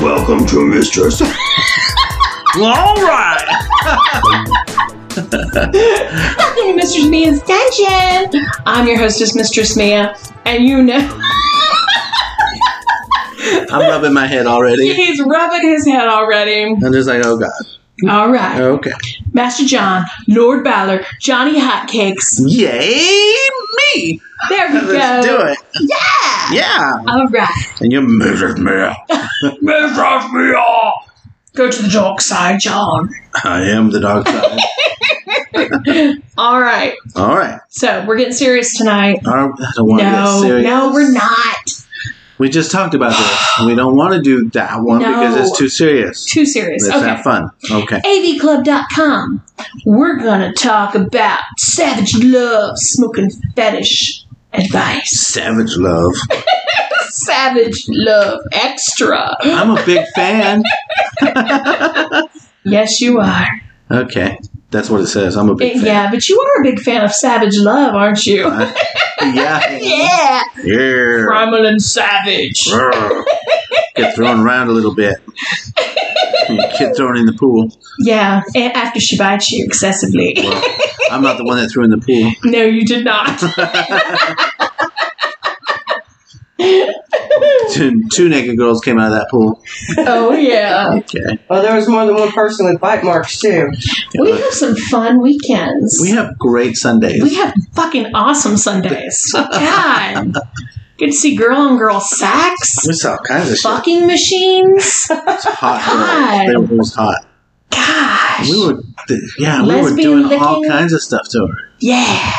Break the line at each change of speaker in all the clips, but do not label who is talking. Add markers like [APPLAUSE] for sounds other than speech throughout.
Welcome to Mistress.
All right.
Welcome to Mistress Mia's Dungeon. I'm your hostess, Mistress Mia, and you
[LAUGHS]
know [LAUGHS]
I'm rubbing my head already.
he's rubbing his head already.
I'm just like, oh god.
All right,
Okay.
Master John, Lord Balor, Johnny Hotcakes.
Yay me!
There we go.
Let's do it.
Yeah.
Yeah.
All right,
And you're Mrs. Mia.
Mistress Mia.
go to the dark side, John.
I am the dog
[LAUGHS]
side.
All right,
All right.
so we're getting serious tonight.
All right. I don't want to get
No,
serious.
no, we're not
We just talked about this. We don't want to do that one
No.
because it's too serious.
too serious.
Let's
okay.
have fun. Okay.
avclub.com. We're gonna talk about savage love, smoking fetish advice,
Savage love.
savage love extra.
I'm a big fan.
Yes, you are.
Okay. That's what it says. I'm a big fan.
Yeah, but you are a big fan of savage love, aren't you?
Yeah.
[LAUGHS] Yeah,
Yeah.
primal and savage.
Brr. Get thrown around a little bit. You Get thrown in the pool.
Yeah, and after she bites
[LAUGHS]
you excessively.
Well, I'm not the one that threw in the pool.
No, you did not.
Two, two naked girls came out of that pool.
[LAUGHS] oh yeah,
Okay.
Oh, there was more than one person with bite marks too.
we have some fun weekends.
Uh, We have great Sundays.
We have fucking
[LAUGHS]
awesome Sundays. God. Good to see girl on girl sex,
We saw all kinds of shit. [LAUGHS]
fucking machines.
It's hot.
God.
They were, it was hot.
Gosh.
We were, yeah, we were
Lesbian
doing all
licking.
kinds of stuff to her. [LAUGHS]
Yeah.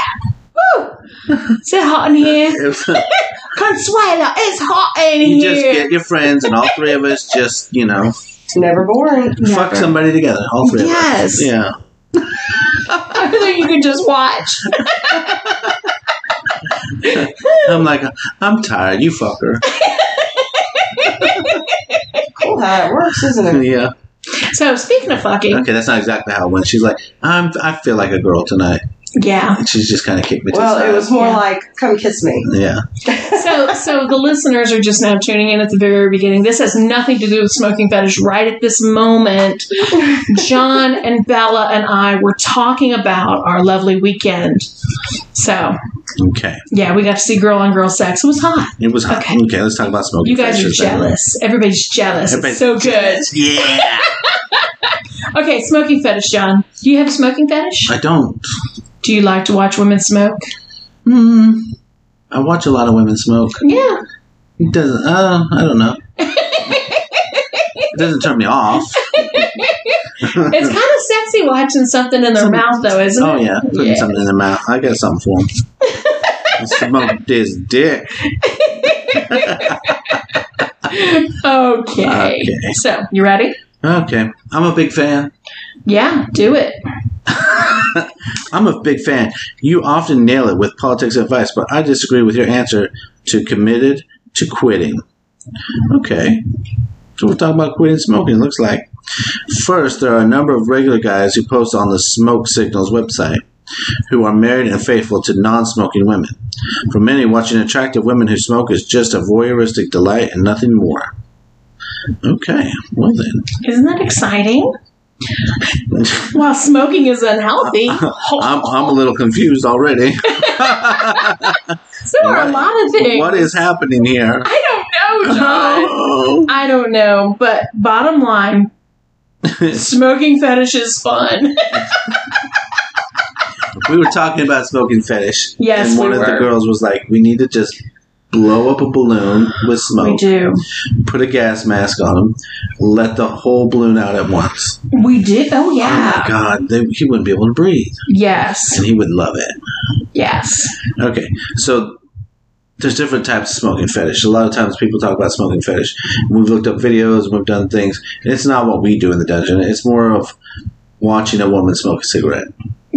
Woo. Is it hot in here?
It was,
Consuelo, it's hot in
you
here.
just get your friends, and all three of us just, you know,
It's never boring.
Never.
fuck somebody together. All three
Yes.
of us.
[LAUGHS] I thought you could just watch. [LAUGHS]
Yeah. I'm like, I'm tired. You fuck her.
Cool how it works, isn't
[LAUGHS]
it?
yeah.
So, speaking of fucking,
Okay, that's not exactly how it went. She's like, I'm, I feel like a girl tonight.
yeah.
And she's just kind of kicked me to the
Well,
side.
it was more
Yeah.
like, "Come kiss me."
yeah.
So, so the listeners are just now tuning in at the very beginning. This has nothing to do with smoking fetish. Right at this moment,
[LAUGHS]
John and Bella and I were talking about our lovely weekend. So,
Okay.
yeah, we got to see girl on girl sex. It was hot.
It was hot.
Okay.
Okay, let's talk about smoking.
You guys are
fetishes then.
jealous. Everybody's jealous. It's so good.
Yeah.
Okay, smoking fetish, John. Do you have a smoking fetish?
I don't.
Do you like to watch women smoke?
Hmm. I watch a lot of women smoke.
Yeah.
It doesn't. Uh, I don't
[LAUGHS]
know. it doesn't turn me off.
It's kind of sexy watching something in their
Some-
mouth, though, isn't
Oh
it?
yeah, putting
Yeah.
something in their mouth. I got something for them. Smoke this dick.
Okay.
Okay.
So, you ready?
Okay, I'm a big fan.
Yeah, do it.
I'm a big fan. You often nail it with politics advice, but I disagree with your answer to committed to quitting. Okay. So we'll talk about quitting smoking, it looks like. First, there are a number of regular guys who post on the Smoke Signals website who are married and faithful to non smoking women. For many, watching attractive women who smoke is just a voyeuristic delight and nothing more. Okay, well then.
Isn't that exciting? While smoking is unhealthy,
[LAUGHS] I'm, I'm a little confused already. [LAUGHS]
so are a
what-
lot of things.
what is happening here?
I don't know,
[LAUGHS]
John.
Oh.
I don't know, but
[LAUGHS]
bottom line, smoking fetish is fun.
we were talking about smoking fetish.
Yes,
and one
we
of the
were.
girls was like, "We need to just blow up a balloon with
We
smoke,
do.
put a gas mask on him, let the whole balloon out at once."
We do. Oh,
Oh
yeah.
my god, they, he wouldn't be able to breathe,
Yes.
and he would love it.
Yes.
Okay, so there's different types of smoking fetish. A lot of times people talk about smoking fetish. We've looked up videos, we've done things, and it's not what we do in the dungeon. It's more of watching a woman smoke a cigarette.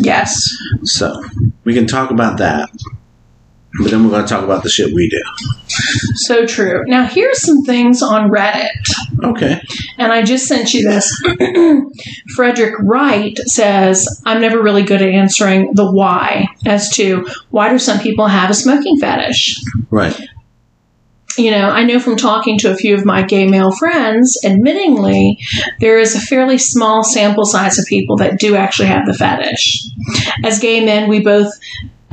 Yes.
So we can talk about that, but then we're going to talk about the shit we do.
So true. Now, here's some things on Reddit.
Okay.
And I just sent you this. [CLEARS THROAT] Frederick Wright says, I'm never really good at answering the why as to why do some people have a smoking fetish?
Right.
you know, I know from talking to a few of my gay male friends, admittingly, there is a fairly small sample size of people that do actually have the fetish. As gay men, we both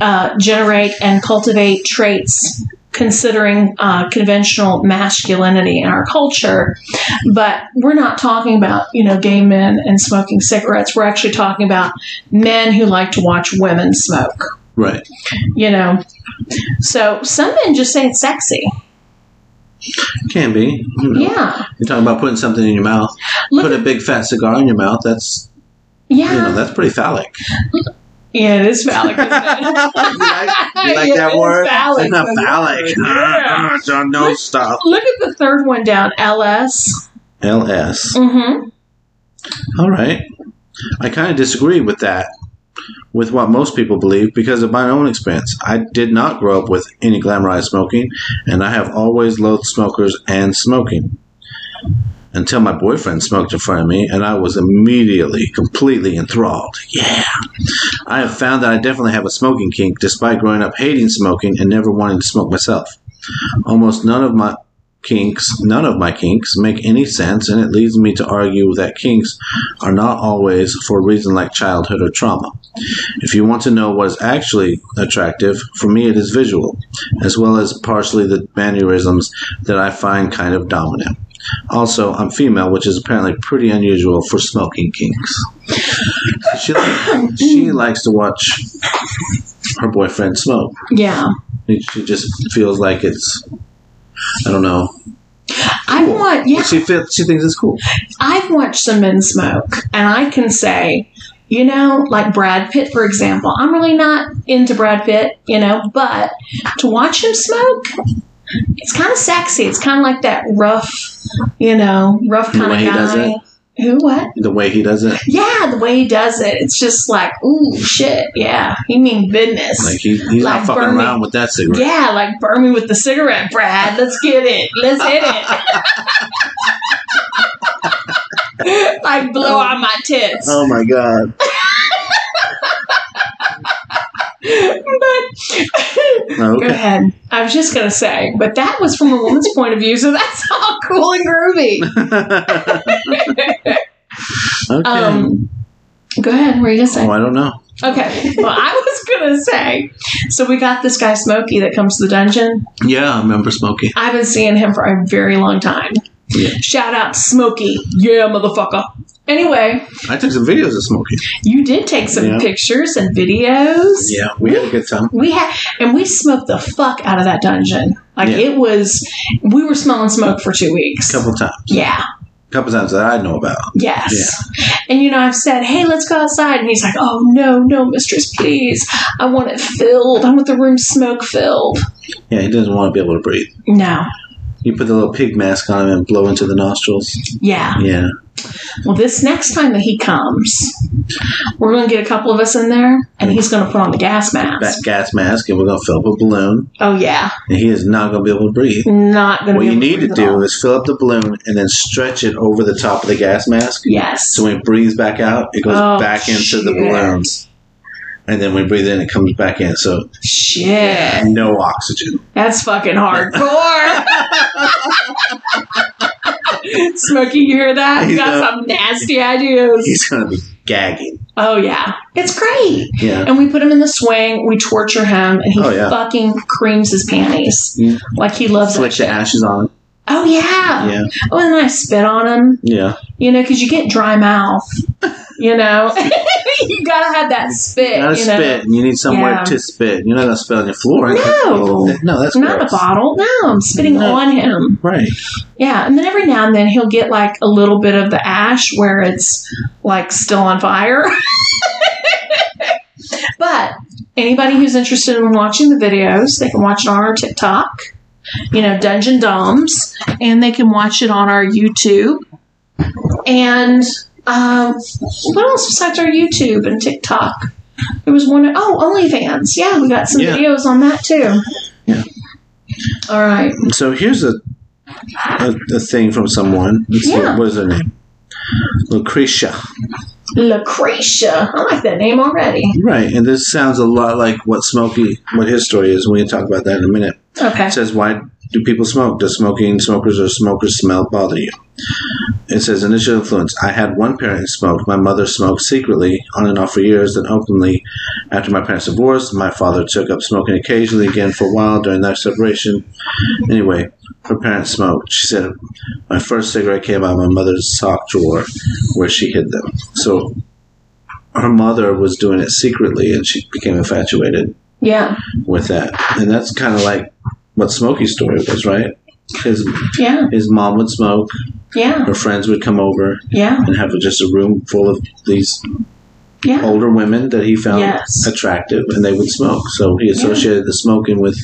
uh, generate and cultivate traits considering uh, conventional masculinity in our culture. But we're not talking about, you know, gay men and smoking cigarettes. We're actually talking about men who like to watch women smoke,
Right.
you know. So some men just say it's sexy.
Can be. You know.
Yeah.
You're talking about putting something in your mouth.
Look
Put a big fat cigar in your mouth. That's
Yeah.
you know that's pretty phallic.
yeah, it is
[LAUGHS]
[LAUGHS] phallic, isn't it?
You like, you like
[LAUGHS]
Yeah,
that
it
word?
is phallic.
It's not phallic.
Yeah.
Ah, John, [LAUGHS] no stop.
Look at the third one down, LS.
LS.
Mm-hmm.
All right. I kind of disagree with that, with what most people believe, because of my own experience. I did not grow up with any glamorized smoking, and I have always loathed smokers and smoking. Until my boyfriend smoked in front of me, and I was immediately completely enthralled. Yeah. I have found that I definitely have a smoking kink, despite growing up hating smoking and never wanting to smoke myself. Almost none of my kinks, none of my kinks make any sense, and it leads me to argue that kinks are not always for a reason like childhood or trauma. If you want to know what is actually attractive, for me it is visual, as well as partially the mannerisms that I find kind of dominant. Also, I'm female, which is apparently pretty unusual for smoking kinks. She, li- she likes to watch her boyfriend smoke.
Yeah.
She just feels like it's, I don't know.
I want, yeah,
She feels, she thinks it's cool.
I've watched some men smoke, and I can say, you know, like Brad Pitt, for example. I'm really not into Brad Pitt, you know, but to watch him smoke, it's kind of sexy. It's kind of like that rough, you know, rough
The
kind
way
of
he
guy.
does it?
Who, what?
The way he does it,
Yeah, the way he does it. It's just like, ooh, shit. Yeah, he mean business.
like he, he's
Like
not fucking
burning.
around with that cigarette.
yeah, like burn me with the cigarette, Brad. Let's get it. Let's hit it. [LAUGHS] like blow
Um,
out my tits.
Oh my god.
but go [LAUGHS]
Okay.
ahead. I was just gonna say, but that was from a woman's point of view, so that's [LAUGHS] all cool and groovy.
okay.
Um, go ahead. What were you gonna say?
oh, I don't know.
Okay. Well, I was gonna say. So we got this guy Smokey that comes to the dungeon.
Yeah, I remember Smokey.
I've been seeing him for a very long time.
Yeah.
Shout out Smokey. Yeah, motherfucker. Anyway,
I took some videos of Smokey.
You did take some
Yeah.
pictures and videos.
Yeah, we had a good time.
We had, and we smoked the fuck out of that dungeon. Like
Yeah.
it was, we were smelling smoke for two weeks.
Couple times.
Yeah.
Couple times that I know about.
Yes. And you know, I've said, "Hey, let's go outside," and he's like, "Oh no, no, mistress, please. I want it filled. I want the room smoke filled."
Yeah, he doesn't want to be able to breathe.
No.
You put the little pig mask on him and blow into the nostrils.
Yeah.
Yeah.
Well, this next time that he comes, we're going to get a couple of us in there, and he's going to put on the gas mask.
That gas mask, and we're going to fill up a balloon,
Oh yeah.
and he is not going to be able to breathe.
Not going to.
What
be
you
able
need to
breathe at all.
do is fill up the balloon and then stretch it over the top of the gas mask.
Yes.
So when it breathes back out, it goes
Oh,
back into the
shit.
balloon. And then when we breathe in, it comes back in. So
Shit.
no oxygen. [LAUGHS]
That's fucking hardcore. Smokey, you hear that? You
He's
got
up.
some nasty ideas.
He's going to be gagging.
Oh, yeah. It's great.
Yeah.
And we put him in the swing, we torture him, and he
Oh, yeah.
fucking creams his panties.
Yeah.
Like he loves
Flick
it.
the ashes on.
Oh, yeah.
Yeah.
Oh, and then I spit on him,
Yeah.
you know, because you get dry mouth, you know? [LAUGHS] you gotta have that spit.
You gotta
you know?
spit, and you need somewhere
Yeah.
to spit. You're not gonna spit on your floor.
No.
no, that's
Not
gross.
a bottle. No, I'm spitting
No.
on him.
Right.
Yeah, and then every now and then he'll get like a little bit of the ash where it's like still on fire. [LAUGHS] but anybody who's interested in watching the videos, they can watch it on our TikTok, you know, Dungeon Doms, and they can watch it on our YouTube. And um, what else besides our YouTube and TikTok? There was one, oh, OnlyFans. Yeah, we got some
Yeah.
videos on that too.
Yeah.
All right.
So here's a a, a thing from someone. Let's see,
Yeah.
what is her name? Lucretia.
Lucretia. I like that name already.
Right, and this sounds a lot like what Smokey, what his story is. and We can talk about that in a minute.
Okay.
It says, "Why Do people smoke? Does smoking, smokers, or smokers smell bother you? It says initial influence. I had one parent who smoked. My mother smoked secretly, on and off for years, then openly. After my parents divorced, my father took up smoking occasionally again for a while during their separation. Anyway, her parents smoked. She said, My first cigarette came out of my mother's sock drawer where she hid them. So her mother was doing it secretly and she became infatuated
Yeah.
with that. And that's kind of like what Smokey's story was, right? His,
Yeah.
his mom would smoke,
Yeah.
her friends would come over
Yeah.
and have just a room full of these
Yeah.
older women that he found
Yes.
attractive and they would smoke. So he associated the smoking with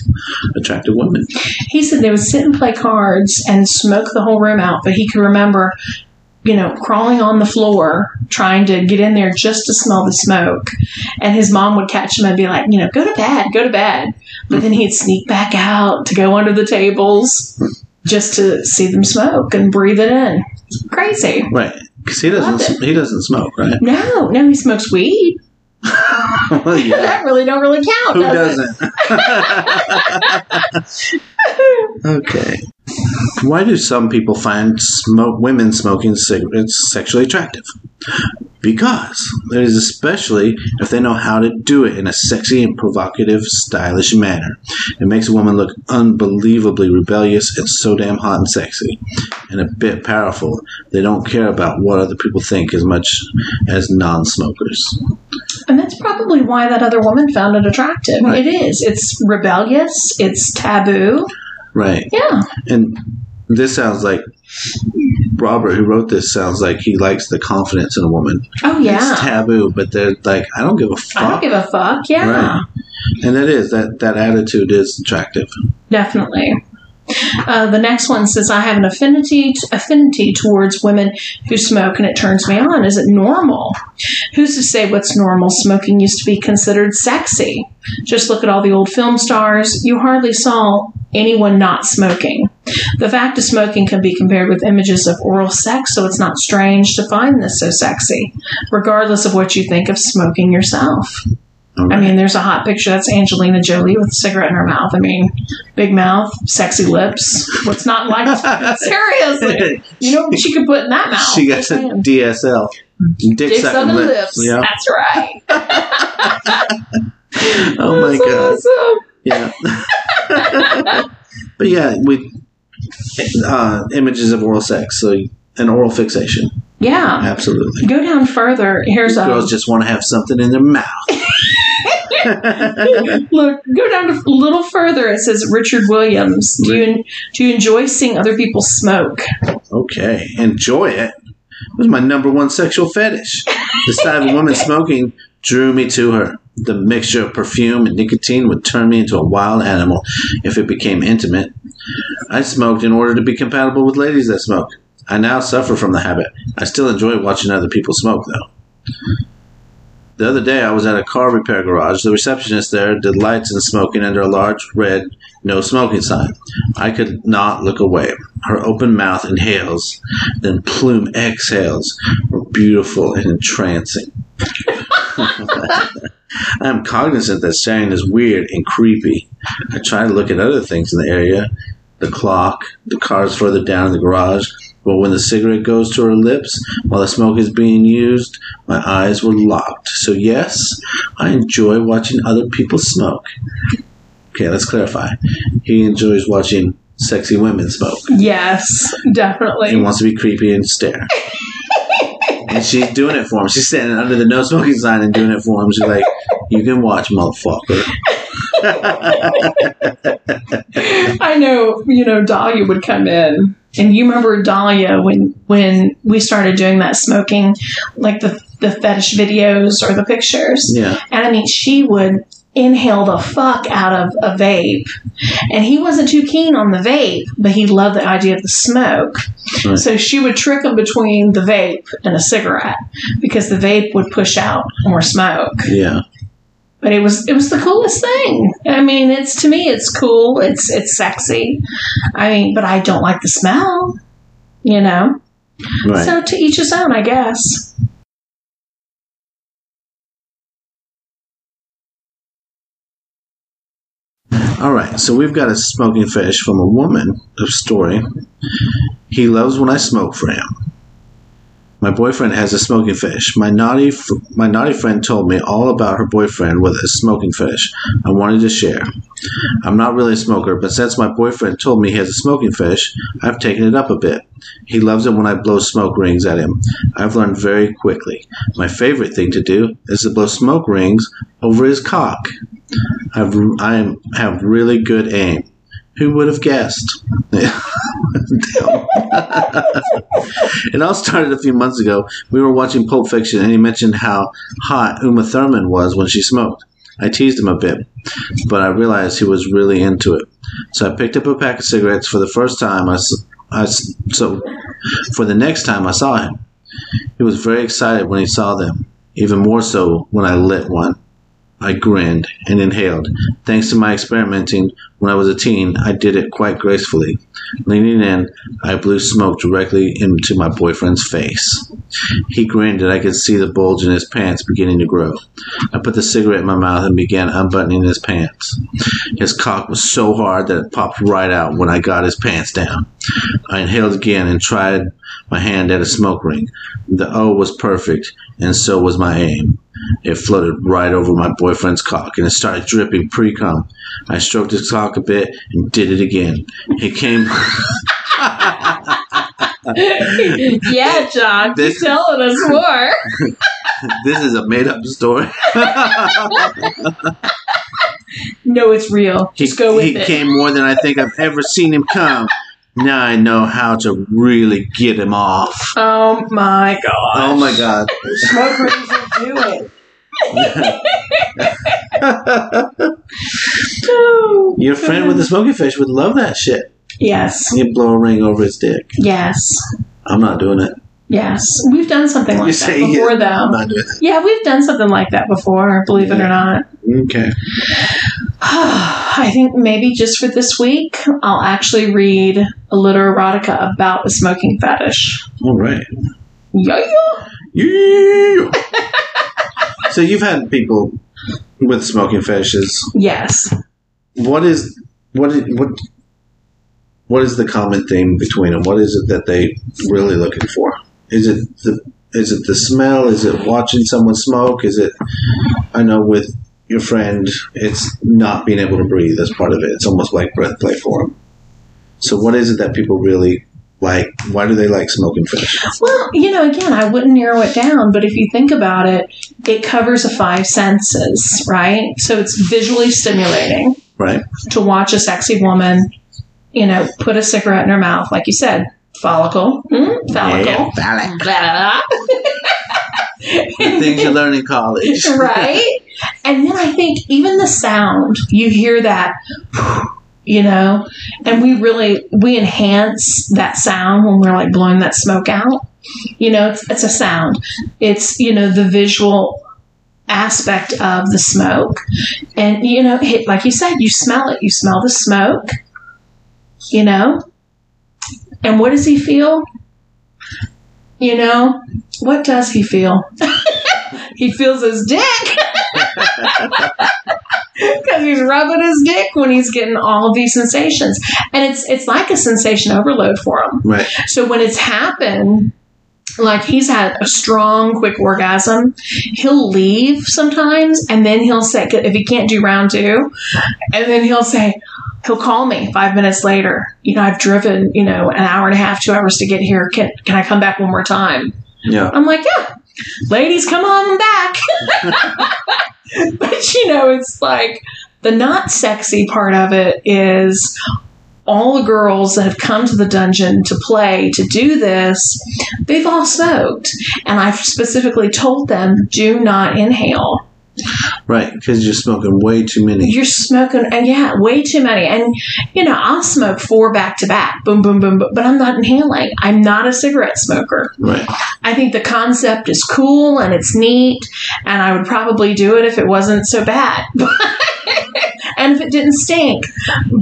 attractive women.
He said they would sit and play cards and smoke the whole room out, but he could remember, you know, crawling on the floor trying to get in there just to smell the smoke. And his mom would catch him and be like, you know, go to bed, go to bed. But then he'd sneak back out to go under the tables just to see them smoke and breathe it in. Crazy.
Right. Because he doesn't,
Love
sm- he doesn't smoke, right? [LAUGHS]
[LAUGHS] No, no, he smokes weed.
well, yeah.
That really don't really count.
Who
does it?
doesn't? okay. Why do some people find smoke, women smoking cigarettes sexually attractive? Because it is especially if they know how to do it in a sexy and provocative, stylish manner. It makes a woman look unbelievably rebellious and so damn hot and sexy, and a bit powerful. They don't care about what other people think as much as non-smokers.
And that's probably why that other woman found it attractive.
Right.
It is. It's rebellious. It's taboo.
Right.
Yeah.
And this sounds like Robert, who wrote this, sounds like he likes the confidence in a woman.
Oh
It's
yeah.
taboo, but they're like, I don't give a fuck.
I don't give a fuck. Yeah.
Right. and that is that that attitude is attractive.
Definitely. Uh, the next one says, "I have an affinity affinity towards women who smoke, and it turns me on. Is it normal? Who's to say what's normal? Smoking used to be considered sexy. Just look at all the old film stars. You hardly saw anyone not smoking. The fact of smoking can be compared with images of oral sex, so it's not strange to find this so sexy, regardless of what you think of smoking yourself."
All
I
right.
mean, there's a hot picture. That's Angelina Jolie with a cigarette in her mouth. I mean, big mouth, sexy lips. What's
[LAUGHS]
not like? Seriously, you know what she could put in that mouth?
she got
Just
a
saying.
DSL. Dick,
Dick
sucking
sucking
lips. [LAUGHS]
lips.
Yeah.
That's right.
Oh my
That's
god.
awesome.
Yeah. but yeah, [LAUGHS] with uh, images of oral sex, so an oral fixation,
Yeah.
absolutely.
Go down further. Here's a
Girls just want to have something in their mouth.
[LAUGHS]
[LAUGHS]
look. Go down a little further. It says Richard Williams. Do you do you enjoy seeing other people smoke?
Okay, enjoy it. It was my number one sexual fetish. The sight of a woman smoking drew me to her. The mixture of perfume and nicotine would turn me into a wild animal if it became intimate. I smoked in order to be compatible with ladies that smoke. I now suffer from the habit. I still enjoy watching other people smoke, though. The other day, I was at a car repair garage. The receptionist there did lights and smoking under a large red no smoking sign. I could not look away. Her open mouth inhales, then plume exhales were beautiful and entrancing. [LAUGHS] I am cognizant that staring is weird and creepy. I try to look at other things in the area the clock, the cars further down in the garage. But when the cigarette goes to her lips while the smoke is being used, my eyes were locked. So, yes, I enjoy watching other people smoke. Okay, let's clarify. He enjoys watching sexy women smoke.
Yes,
He
definitely.
wants to be creepy and stare. and she's doing it for him. She's standing under the no smoking sign and doing it for him. She's like, "You can watch, motherfucker."
[LAUGHS] I know, you know, Dahlia would come in. And you remember Dahlia when when we started doing that smoking, like the the fetish videos or the pictures.
Yeah,
And I mean she would inhale the fuck out of a vape. And he wasn't too keen on the vape, but he loved the idea of the smoke.
Right.
So she would trick him between the vape and a cigarette because the vape would push out more smoke
yeah.
but it was it was the coolest thing. I mean, it's to me, it's cool. It's it's sexy. I mean, but I don't like the smell. You know,
Right.
so to each his own, I
[LAUGHS]
guess.
All right, so we've got a smoking fetish from a woman of story. He loves when I smoke for him. My boyfriend has a smoking fetish. My naughty, f- my naughty friend told me all about her boyfriend with a smoking fetish. I wanted to share. I'm not really a smoker, but since my boyfriend told me he has a smoking fetish, I've taken it up a bit. He loves it when I blow smoke rings at him. I've learned very quickly. My favorite thing to do is to blow smoke rings over his cock. I've, I am- have really good aim. Who would have guessed? [LAUGHS] Damn. it all started a few months ago. We were watching Pulp Fiction, and he mentioned how hot Uma Thurman was when she smoked. I teased him a bit, but I realized he was really into it. So I picked up a pack of cigarettes for the first time. I, s- I s- so for the next time I saw him, he was very excited when he saw them. Even more so when I lit one. I grinned and inhaled. Thanks to my experimenting when I was a teen, I did it quite gracefully. Leaning in, I blew smoke directly into my boyfriend's face. He grinned and I could see the bulge in his pants beginning to grow. I put the cigarette in my mouth and began unbuttoning his pants. His cock was so hard that it popped right out when I got his pants down. I inhaled again and tried my hand at a smoke ring. The O was perfect, and so was my aim. It floated right over my boyfriend's cock and it started dripping pre cum. I stroked his cock a bit and did it again. He came. [LAUGHS]
yeah, John,
This-
keep telling us more.
this is a made up story.
No, it's real. [LAUGHS] Just go with
he
it.
came more than I think I've ever seen him come. Now I know how to really get him off.
Oh my god.
Oh my god.
Smoke rings will do it.
[LAUGHS]
Your friend with the smoking fish would love that shit.
Yes.
He'd blow a ring over his dick.
Yes.
I'm not doing it.
Yes. We've done something like
You
that
say yes.
before
I'm
though.
not doing it.
Yeah, we've done something like that before, believe it or not.
Okay.
[SIGHS] I think maybe just for this week, I'll actually read a little erotica about the smoking fetish.
All right.
Yeah, yeah.
Yeah. so you've had people with smoking fetishes.
Yes.
What is what is, what what is the common theme between them? What is it that they really looking for? Is it the is it the smell? Is it watching someone smoke? Is it I know with your friend, it's not being able to breathe as part of it. It's almost like breath play for them. So what is it that people really like? Why do they like smoking fish?
Well, you know, again, I wouldn't narrow it down, but if you think about it, it covers the five senses, right? So it's visually stimulating
Right?
to watch a sexy woman, you know, put a cigarette in her mouth, like you said, follicle, mm,
Yeah,
follicle,
phallic.
blah.
the things you learn in college.
right? And then I think even the sound, you hear that, you know, and we really we enhance that sound when we're like blowing that smoke out. You know, it's, it's a sound. It's you know the visual aspect of the smoke, and you know, it, like you said, you smell it. You smell the smoke. You know, and what does he feel? You know, what does he feel? he feels his dick [LAUGHS] because he's rubbing his dick when he's getting all of these sensations, and it's it's like a sensation overload for him.
Right.
So when it's happened, like he's had a strong, quick orgasm, he'll leave sometimes, and then he'll say if he can't do round two, and then he'll say. He'll call me five minutes later. You know, I've driven, you know, an hour and a half, two hours to get here. Can, can I come back one more time?
Yeah.
I'm like, yeah, ladies, come on back. [LAUGHS] but you know, it's like the not sexy part of it is all the girls that have come to the dungeon to play to do this, they've all smoked. And I've specifically told them, do not inhale.
Right. Because you're smoking way too many.
You're smoking, and yeah, way too many. And, you know, I'll smoke four back to back, boom, boom, boom, boom, but I'm not inhaling. I'm not a cigarette smoker.
Right.
I think the concept is cool and it's neat, and I would probably do it if it wasn't so bad, [LAUGHS] and if it didn't stink.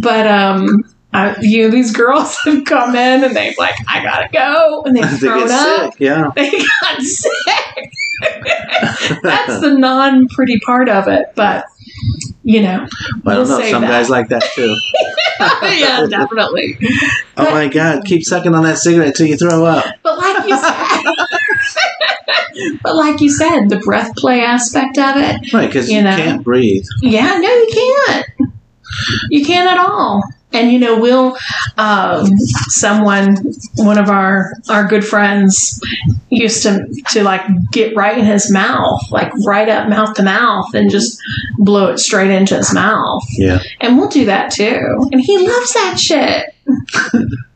But um, I, you know, these girls [LAUGHS] have come in and they've like, I gotta go,
[LAUGHS]
and they've
They
thrown
get
up.
sick. Yeah.
[LAUGHS] They
[LAUGHS]
got sick. That's the non-pretty part of it, but you
[LAUGHS]
know.
But I don't
We'll
know.
save
Some
that.
guys like that
[LAUGHS]
too.
yeah, definitely.
oh my God! Keep sucking on that cigarette till you throw up.
But like you said, [LAUGHS] but like you said, the breath play aspect of it.
Right? Because you,
You know.
can't breathe.
Yeah, no, you can't. You can't at all. And you know, will um, someone, one of our our good friends, used to to like get right in his mouth, like right up mouth to mouth, and just blow it straight into his mouth.
Yeah.
And we'll do that too. And he loves that shit.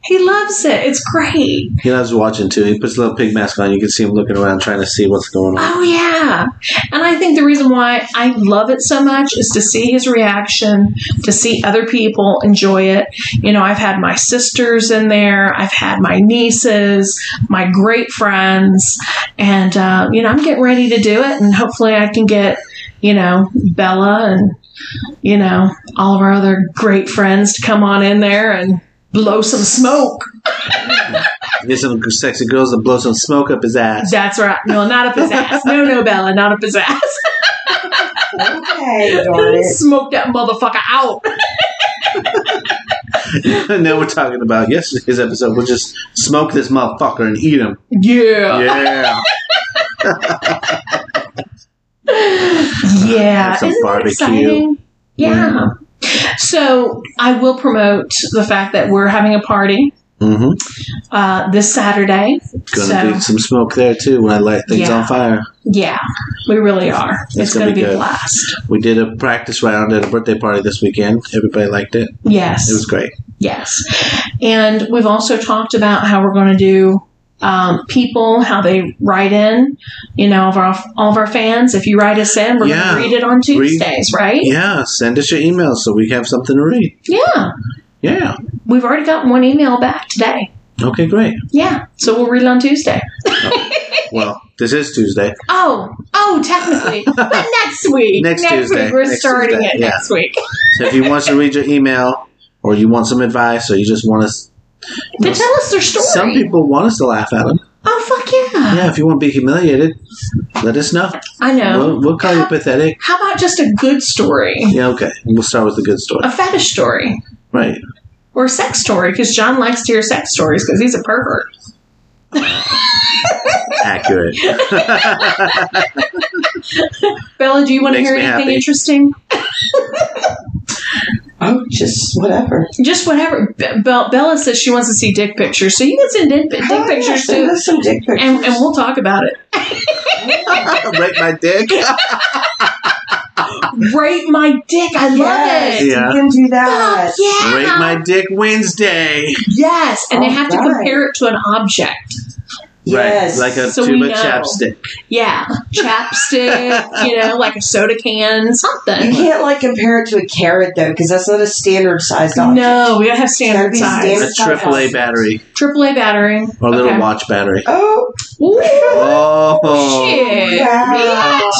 he loves it. It's great.
He loves watching too. He puts a little pig mask on. You can see him looking around trying to see what's going on.
Oh yeah. And I think the reason why I love it so much is to see his reaction, to see other people enjoy it. You know, I've had my sisters in there, I've had my nieces, my great friends, and uh, you know, I'm getting ready to do it, and hopefully, I can get you know Bella and you know all of our other great friends to come on in there and blow some smoke. Ah.
Get some sexy girls to blow some smoke up his ass. [LAUGHS]
That's right. No, not up his ass. No, no, Bella, not up his ass.
[LAUGHS]
Okay, darn it.
[LAUGHS] Smoke that motherfucker out.
now we're talking about yesterday's episode. We'll just smoke this motherfucker and eat
[LAUGHS]
him.
Yeah.
Yeah.
Yeah.
Have some
Isn't that
barbecue.
exciting? Yeah. So I will promote the fact that we're having a party
Mm-hmm.
uh, this Saturday.
Gonna
so
do some smoke there too when I light things
Yeah.
on fire.
yeah, we really are. It's,
gonna
going
be
to be,
good.
a blast.
We did a practice round at a birthday party this weekend. Everybody liked it.
Yes.
It was great.
Yes. And we've also talked about how we're going to do um, people, how they write in, you know, of our, all of our fans. If you write us in, we're
Yeah.
going to read it on Tuesdays, right?
Yeah, send us your email so we have something to read.
yeah.
Yeah.
We've already got one email back today.
Okay, great.
Yeah. So we'll read it on Tuesday.
Well, this is Tuesday.
Oh, oh,
[LAUGHS]
technically. but next week.
Next Tuesday.
week. We're
Next
starting
Tuesday,
it
yeah.
next week.
So if you want us to read your email or you want some advice or you just want us
They tell us their story.
Some people want us to laugh at them.
Oh, fuck yeah.
Yeah, if you want to be humiliated, let us know.
I know.
We'll, we'll call you pathetic.
How about just a good story?
Yeah, okay. We'll start with the good story.
A fetish story.
Right.
Or a sex story, because John likes to hear sex stories because he's a pervert.
Accurate. [LAUGHS]
Bella, do you want to
Makes
hear
me
anything
happy.
interesting?
Oh, just whatever.
Just whatever. Be- Bel- Bella says she wants to see dick pictures, so you can send dick, dick
Oh, yeah,
pictures
send
too,
us some dick pictures.
and, and we'll talk about it.
Break my
[LAUGHS]
dick.
Rate my dick. I love
Yes,
it.
you
Yeah.
can do
Oh,
that.
yeah.
Rate my dick Wednesday.
Yes, and they have to
All right.
compare it to an object.
Yes.
Right. Like a
So we
tube of
know.
chapstick.
Yeah, [LAUGHS] chapstick, you know, like a soda can,
you
something.
can't like compare it to a carrot though, because that's not a standard sized object.
No, we gotta have standard
It's gotta be
A
size.
standard.
triple A battery
Triple A battery.
or a little
Okay.
watch battery.
Oh,
Ooh,
Oh,
shit. Bitch.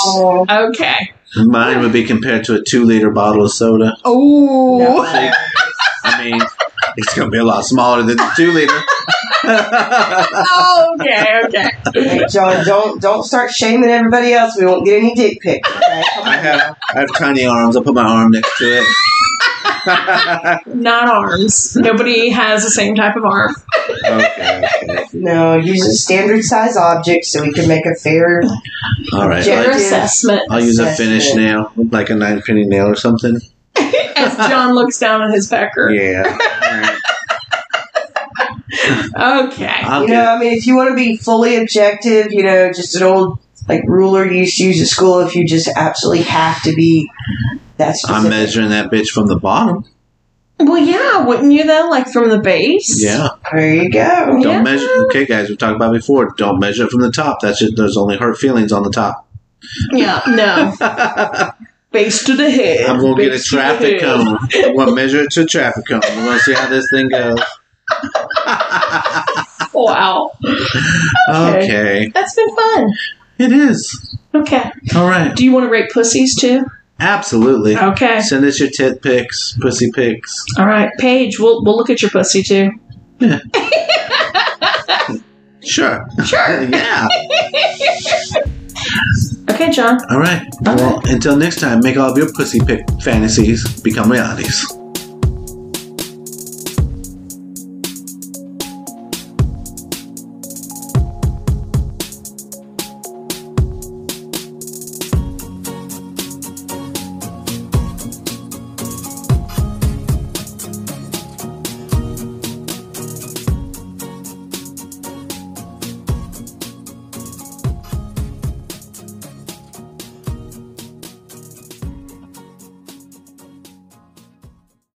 wow.
Okay.
mine would be compared to a two liter bottle of soda.
Oh, [LAUGHS]
No.
I mean, it's gonna be a lot smaller than the two [LAUGHS] liter.
okay, okay.
Hey, John, don't don't start shaming everybody else. We won't get any dick pics. Okay? Come
[LAUGHS] I
on.
have I have tiny arms. I'll put my arm next to it.
Not arms. Nobody has the same type of arm.
Okay. okay.
No, use a standard size object so we can make a fair.
All right.
Fair
Jared-
I'll,
assessment.
I'll use a finish nail, like a nine penny nail or something.
As John looks down at his pecker.
Yeah. All right.
Okay.
I'll
You
get
know, I mean, if you want to be fully objective, you know, just an old like ruler you used to use at school. If you just absolutely have to be, that's
I'm measuring that bitch from the bottom.
Well, yeah, wouldn't you though? Like from the base?
Yeah.
There you go.
Don't
Yeah.
measure. Okay, guys, we talked about before. Don't measure it from the top. That's just there's only hurt feelings on the top.
Yeah, no. [LAUGHS] Base to the head.
I'm gonna get a
Base to the
traffic
head.
cone. I'm gonna measure it to a traffic cone. We're gonna see how this thing goes.
Wow.
Okay.
Okay. That's been fun.
it is.
Okay.
All right,
Do you want to rate pussies too?
absolutely.
Okay.
Send us your tit pics, pussy pics.
All right. Paige, we'll, we'll look at your pussy too.
Uh, Sure. Sure. yeah.
Okay, John.
All right. Well, until next time, make all of your pussy pick fantasies become realities.